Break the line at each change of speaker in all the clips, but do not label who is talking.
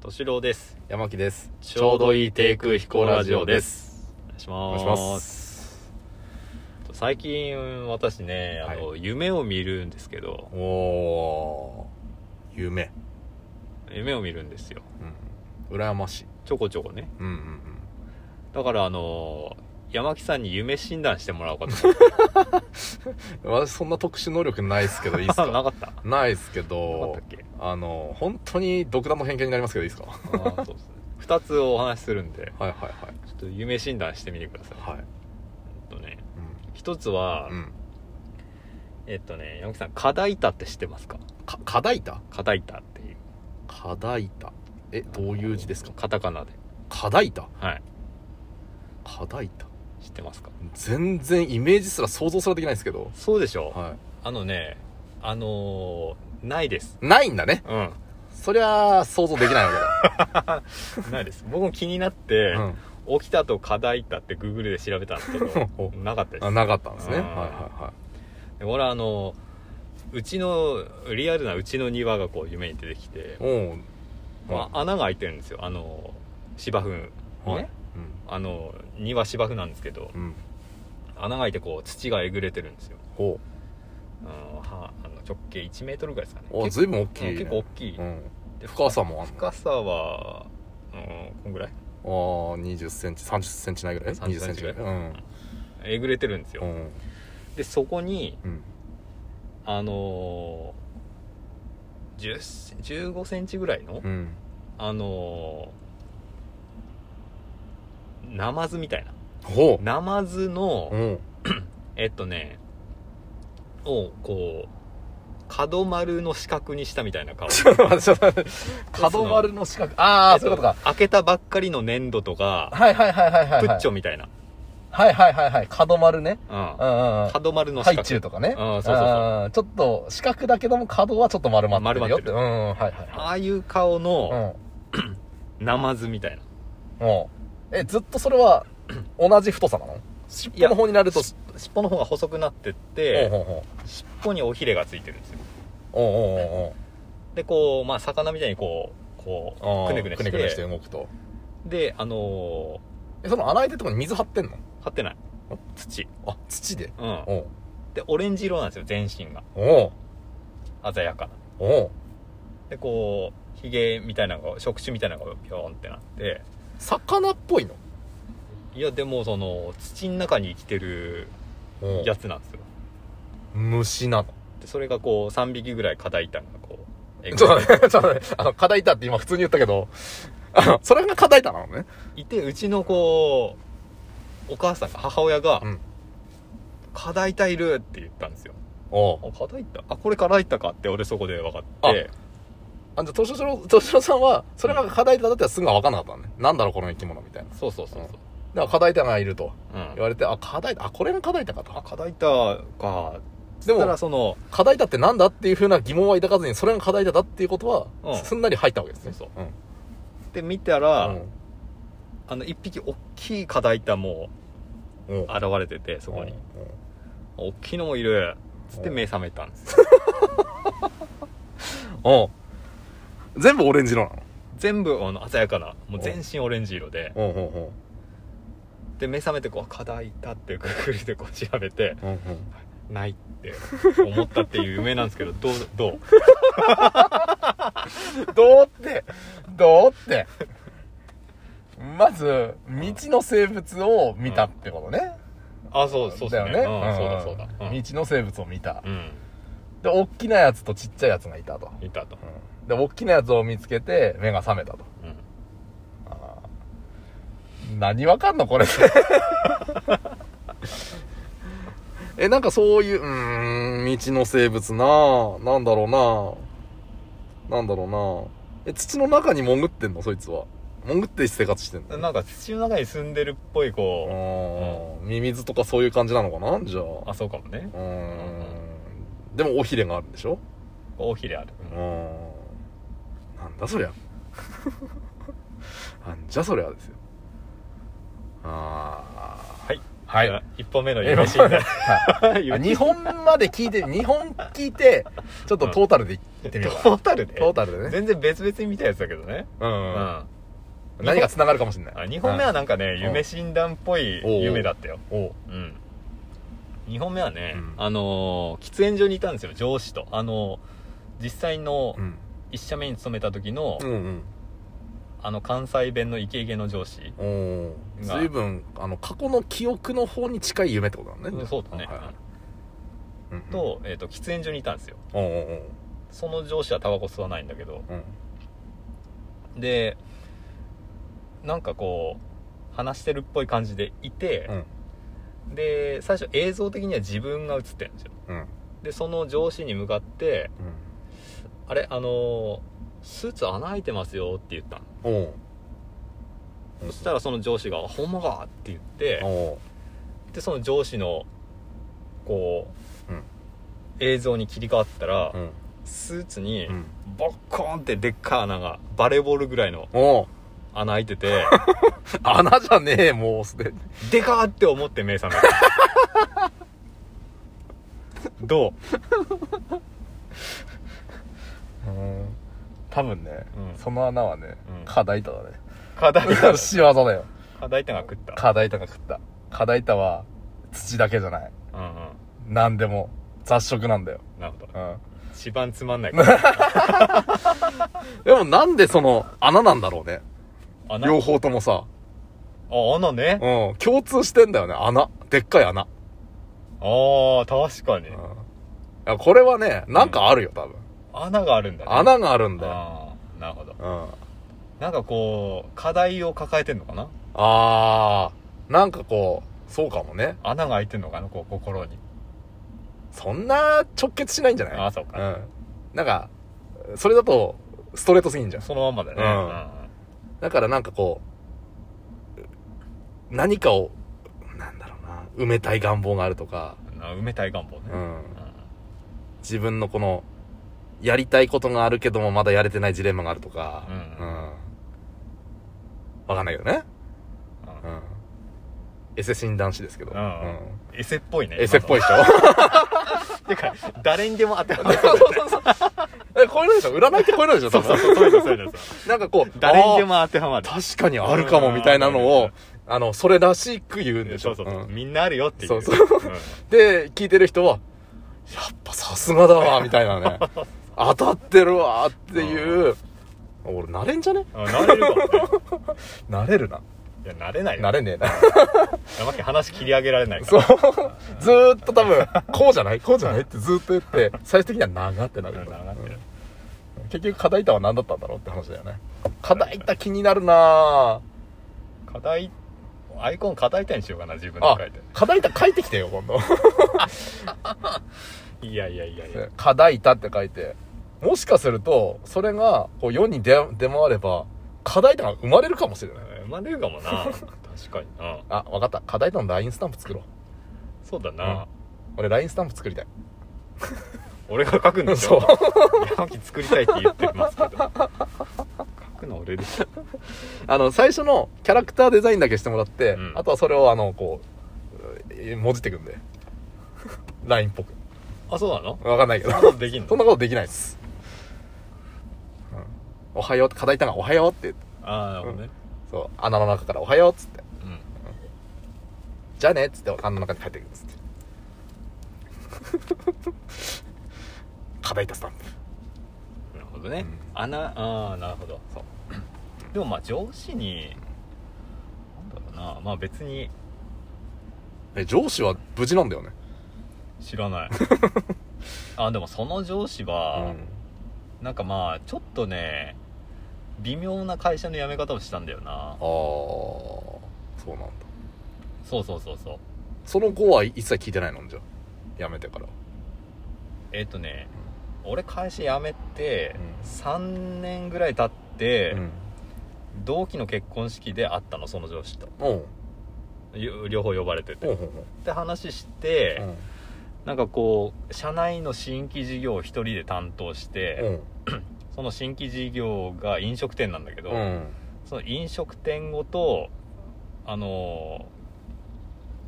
敏郎です。
山木です
ちょうどいい低空飛行ラジオです。お願いし
お
ま
願い
す。
します
最近私ね、あの、夢を見るんですけど、
おおー夢
夢を見るんですよ。
うん羨ましい
ちょこちょこね。
うんうん
だからあの、山木さんに夢診断してもらおうかと 思って。
うん私そんな特殊能力ないですけどいいです
あ な
か
かったなか
ないですけ
った
ど
っけ
あの本当に独断の偏見になりますけどいいですかは
あーそうですね。二つお話しするんで、
いはいはい
ちょっと夢診断してみてください。
はい
えっとね、一つは、
うん、うん、
えっとね、山木さん、課題板って知ってますか
か課題板
課題板っていう。
課題板えどういう字ですか
カタカナで。
課題板
はい。
課題板
知ってますか
全然イメージすら想像すらできないですけど
そうでしょ、
は
あのね、あのーないです。
いないんだね
うん。
そりゃあ想像できないわけだ、
ないです。僕も気にな って、
うん、
起きたと課題だってグーグルで調べたんですけど なかったです。
あなかったんですね。
う
は
ん
いは
で俺はあの、うちの、リアルなうちの庭がこう夢に出てきて
いはい。、おう
まあ、穴が開いてるんですよ。あの、芝生に
は
ね
い。。うん
あの、庭芝生なんですけど、
うん。
穴が開いてこう土がえぐれてるんですよ。
ほ
うんはあの直径1メートルぐらいですかね。
う。あ、
結
ずいぶん大き
構う
いね。
ん結構大きい。
うん。
で
深さもあんの
深さは、うん、こんぐらい
ああ、20センチ、30センチないぐらい
30
?20 センチぐらい。
ぐ
うん。
えぐれてるんですよ、
うん。
でそこに
うん。
あのー、10 15センチぐらいの、
うん。
あのー、ナマズみたいな
ほ
ナマズの、
う。うん。
えっとねをこう角丸の四角にしたみたいな顔
ちょっと待って、ちょっと待って。 角丸の四角。 ああ、そういうことか。
開けたばっかりの粘土とか
はいはいはいはいはい。
プッチョみたいな、
はいはいはいはい。角丸ね。うん
うん
うんうん。
角丸の
ハ
四
イチュウ
角
とかね。
うんそうそうそうん
んちょっと四角だけども角はちょっと丸まってるよって。
丸
うんうん、はいはい
あ
は
あいう顔
い。うん
の。ナマズみたいな
もう。え、ずっとそれ は同じ太さなの尻尾の方になると、
し尻尾の方が細くなってって、
おうおう
尻尾におひれがついてるんですよ
おうおうおう
でこうまあ魚みたいにこうこ
おう
うくねくねして
して動くと。
であの
え、その穴開いてるとこに水張ってんの
ー、張ってない土
あ、土で。
うん
おう
でオレンジ色なんですよ全身が
おう
鮮やかな
おう
でこうひげみたいなのが触手みたいなのがピョーンってなって
魚っぽいの
いやでもその土の中に生きてる
おう
やつなんですよ
虫なの。
でそれがこう3匹ぐらい課題板が こうえぐ
ちょっと待って、ちょっと待 って、あの、課題だって今普通に言ったけど、 あの、それが課題だなのね。
いてうちのこうお母さんが母親が
うん
「課題板いる!」って言ったんですよ「
おう
あ課題板あこれ課題板か」って俺そこで分かって
あ、じゃあ、としろ、としろさんは、それが課題だってすぐは分かんなかったのね。なんだろう、この生き物みたいな。
そうそうそうそう
だから課題だがいると
うん
言われて、あ、課題だ、あ、これが課題だかと
あ。課題板か
で
だから
も、
その
課題だってなんだっていうふうな疑問は抱かずに、それが課題だっていうことは、
うん
すんなり入ったわけですね。
そう
う。ん。
で見たら、
うん
あの1匹大きい課題板も
うん
現れててそこに
うん
大きいのもいるつって目覚めたんですよ
うんうん全部オレンジ色なの
全部あの鮮やかなもう全身オレンジ色で
うんうんうん
で目覚めてこう課題板ってくくりでこう調べて
うんうん
ないって思ったっていう夢なんですけどどうどう
どうってどうってまず未知の生物を見たってことね、
あそうそう
だ
だ
よ
よ
ね
ね、うん、そうだそうだ、うん、
未知の生物を見た、
うん
で大きなやつとちっちゃいやつがいたと、
いたと、
うんで大きなやつを見つけて目が覚めたと
うん、
あー何わかんのこれ えなんかそういううーん道の生物なあなんだろうなあなんだろうなあえ土の中に潜ってんのそいつは潜って生活してんの
なんか土の中に住んでるっぽい
あ
こ
ーミミズとかそういう感じなのかなじゃあ
うあそうかもね
うーんでも尾ひれがあるんでしょ
おひれある、
うーんなんだそりゃ なんじゃそりゃですよああ
はい
は
じゃあ
い
1本 目の
え
夢
まあ
診断
はい
夢
2本まで聞いて2本聞いてちょっとトータルで
言ってみれば
トータルで
トータルで ね。
全然別々に見たやつだけどね、
う。
うんん
何が繋がるかもしれない。
あ2本目はなんかね、夢診断っぽい
おう
夢だったよ、うん、2本目はね、
うん
あのー喫煙所にいたんですよ上司とあのー実際の
うん。
1社目に勤めた時の、
うんうん。
あの関西弁のイケイケの上司、
おおー。
が
随分、あの、過去の記憶の方に近い夢ってことだね。
うんそうだね、
はいはいうんうん、
と,、えー、と喫煙所にいたんですよ
おうおう
その上司はタバコ吸わないんだけど
おう、うん
でなんかこう話してるっぽい感じでいて、で最初映像的には自分が映ってるんですよ
うん。うん。
でその上司に向かって
うん。
「あれあのースーツ穴開いてますよ」って言ったの
おう
そしたらその上司が「ほんまか!」って言って
おう
でその上司のこう、
うん
映像に切り替わったら、
うん。
スーツに
うん。
ボッコーンってでっかい穴がバレーボールぐらいの
おう
穴開いて て
穴じゃねえ、もうすでに。
でかーって思って目覚めた ど
うん。多分ね、
うん
その穴はね、
うん
課題板だね。
う課題
いや 仕業だよ。
課題点が食った
課題板が食った。課題板は、土だけじゃない。
うんうん
何でも。雑食なんだよ。
なるほど
うん。
一番つまんないから
でもなんでその、穴なんだろうね。
穴
両方ともさ。
あ穴ね
うん。共通してんだよね。穴。でっかい穴。
ああ確かに
うん。いや、これはね、なんかあるよ、多分。
穴があるんだね
穴があるんだよ。
ああなるほど
うん。
なんかこう課題を抱えてんのかな
あー。なんかこう、そうかもね。
穴が開いてんのかなこう心に
そんな直結しないんじゃない
ああそうか、
うん。なんか、それだと、ストレートすぎんじゃん。
そのまんまだね、
うんだからなんかこう、何かを、なんだろうな、埋めたい願望があるとか、
うんな埋めたい願望ね、
うん。
う
自分のこの、やりたいことがあるけどもまだやれてないジレンマがあるとか、
うん
わ、かんないけど
ん
ね。うん。エセ診断士ですけど。
うんエセっぽいね
エセっぽい
い
でしょ
てか誰にでも当てはまる
そうそうそう。 え、こういうのでしょ占いってこういうのでしょ
そうそうそうそういうのそういうのそう
なんかこう、
誰にで
あ
も当てはまる
ー確かにあるかもみたいなの
う
を
ん、
あの、それらしく言うんでし
そ
ょ。
うそうそう、
ん
みんなあるよっていう
そうそ
ん
で、聞いてる人は、やっぱさすがだ わ、みたいなね。当たってるわ、っていう。俺、なれんじゃね
あなれるかもね
なれるな。
いやなれないよ
なれねえな。
やばけ話切り上げられないか
そう
ら。
ずーっと多分、こうじゃないこうじゃないってずーっと言って、最終的には長ってなる
うんなってる
うん結局、課題板は何だったんだろうって話だよね。課題板気になるなぁ。
課題アイコン課題点にしようかな自分で
あ
書いて、
課題板書いてきてよ、今度。
いやいやいやいや
ね課題板って書いて。もしかすると、それが、こう、世に出出回れば、課題板が生まれるかもしれない。
生まれるかもな確かにな
あ、わかった。課題との LINE スタンプ作ろう。
そうだな、
俺 LINE スタンプ作りたい。
俺が書くんでし
そ
ょ
う。
山木作りたいって言ってます けど書くの俺でしょ
あの、最初のキャラクターデザインだけしてもらって、
うん
あとはそれをあの、こうえー、文字ってくんで。LINE っぽく。
あそうなの
わかんないけ
そん
ど
な。ことできん
そん
の
なことできないです。うんおはようって、課題たがおはようって、
ああなるほどね
そう、穴の中からおはようっつって、
うん
じゃあねっつって穴の中に帰ってくるっつって。 課題たスタンプ。
なるほどね、
うん
穴ああなるほど そうでもまあ上司になんだろうなまあ別に
え、上司は無事なんだよね。
知ら ないあでもその上司は、なんかまあちょっとね微妙な会社の辞め方をしたんだよな
ああ、そうなんだ。
そうそうそうそう
その後は一切聞いてないのじゃあやめてから
えっ、とね俺会社辞めて
うん
3年ぐらい経って、
うん
同期の結婚式で会ったのその上司と
おう
ゆ両方呼ばれて
おうお
て
う
で話して、
おう
なんかこう社内の新規事業を一人で担当して、
うん
その新規事業が飲食店なんだけど、
うん
その飲食店ごとあの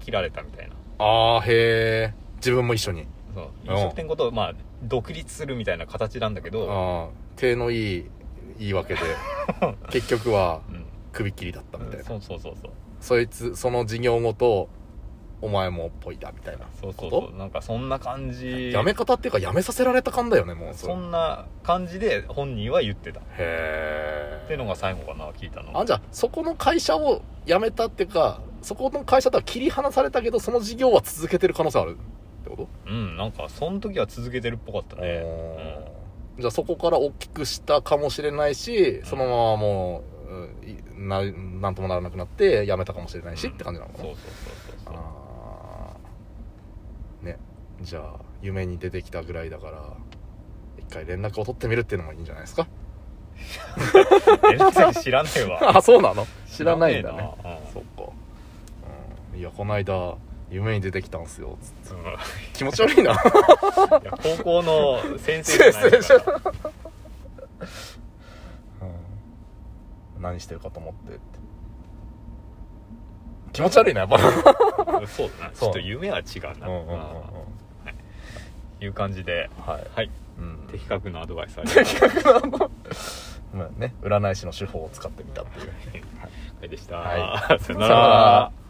ー切られたみたいな
ああへえ自分も一緒に
その飲食店ごと、まあ、独立するみたいな形なんだけど、
ああ手のいい言 い訳で結局は
うん
首切りだったみたいな、
そうそうそうそう
そいつその事業ごとお前もっぽいだみたいな
そうそう
こ
そうなんかそんな感じ
やめ方っていうかやめさせられた感だよねもうそれ
そんな感じで本人は言ってたっ
へ
てい
え
うのが最後かな聞いたの
あじゃあそこの会社を辞めたっていうかそこの会社とは切り離されたけどその事業は続けてる可能性あるってこと
うんなんかその時は続けてるっぽかったね
うんじゃあそこから大きくしたかもしれないしそのままもううんいななんともならなくなって辞めたかもしれないしって感じなの
うん
か
そう
な、
そうそうそうそう
あーねじゃあ夢に出てきたぐらいだから一回連絡を取ってみるっていうのもいいんじゃないですか
連絡先知らねえわ
あそうなの知らないんだね
知らね
そっか、うん、いやこの間夢に出てきたんすよつって
えなうん
気持ち悪いな
いや高校の先生じゃない から
先生じゃうん何してるかと思ってって気持ち悪いなやっぱ
うんそうだなち
そう
ょっと夢は違うな
うんうんうんうん
うんいう感じで
はい、
はい
うん、
的確なアドバイスありがとう
まあね占い師の手法を使ってみたっていう
ございましたでした、
は
さよ
さ
な
よなら
ら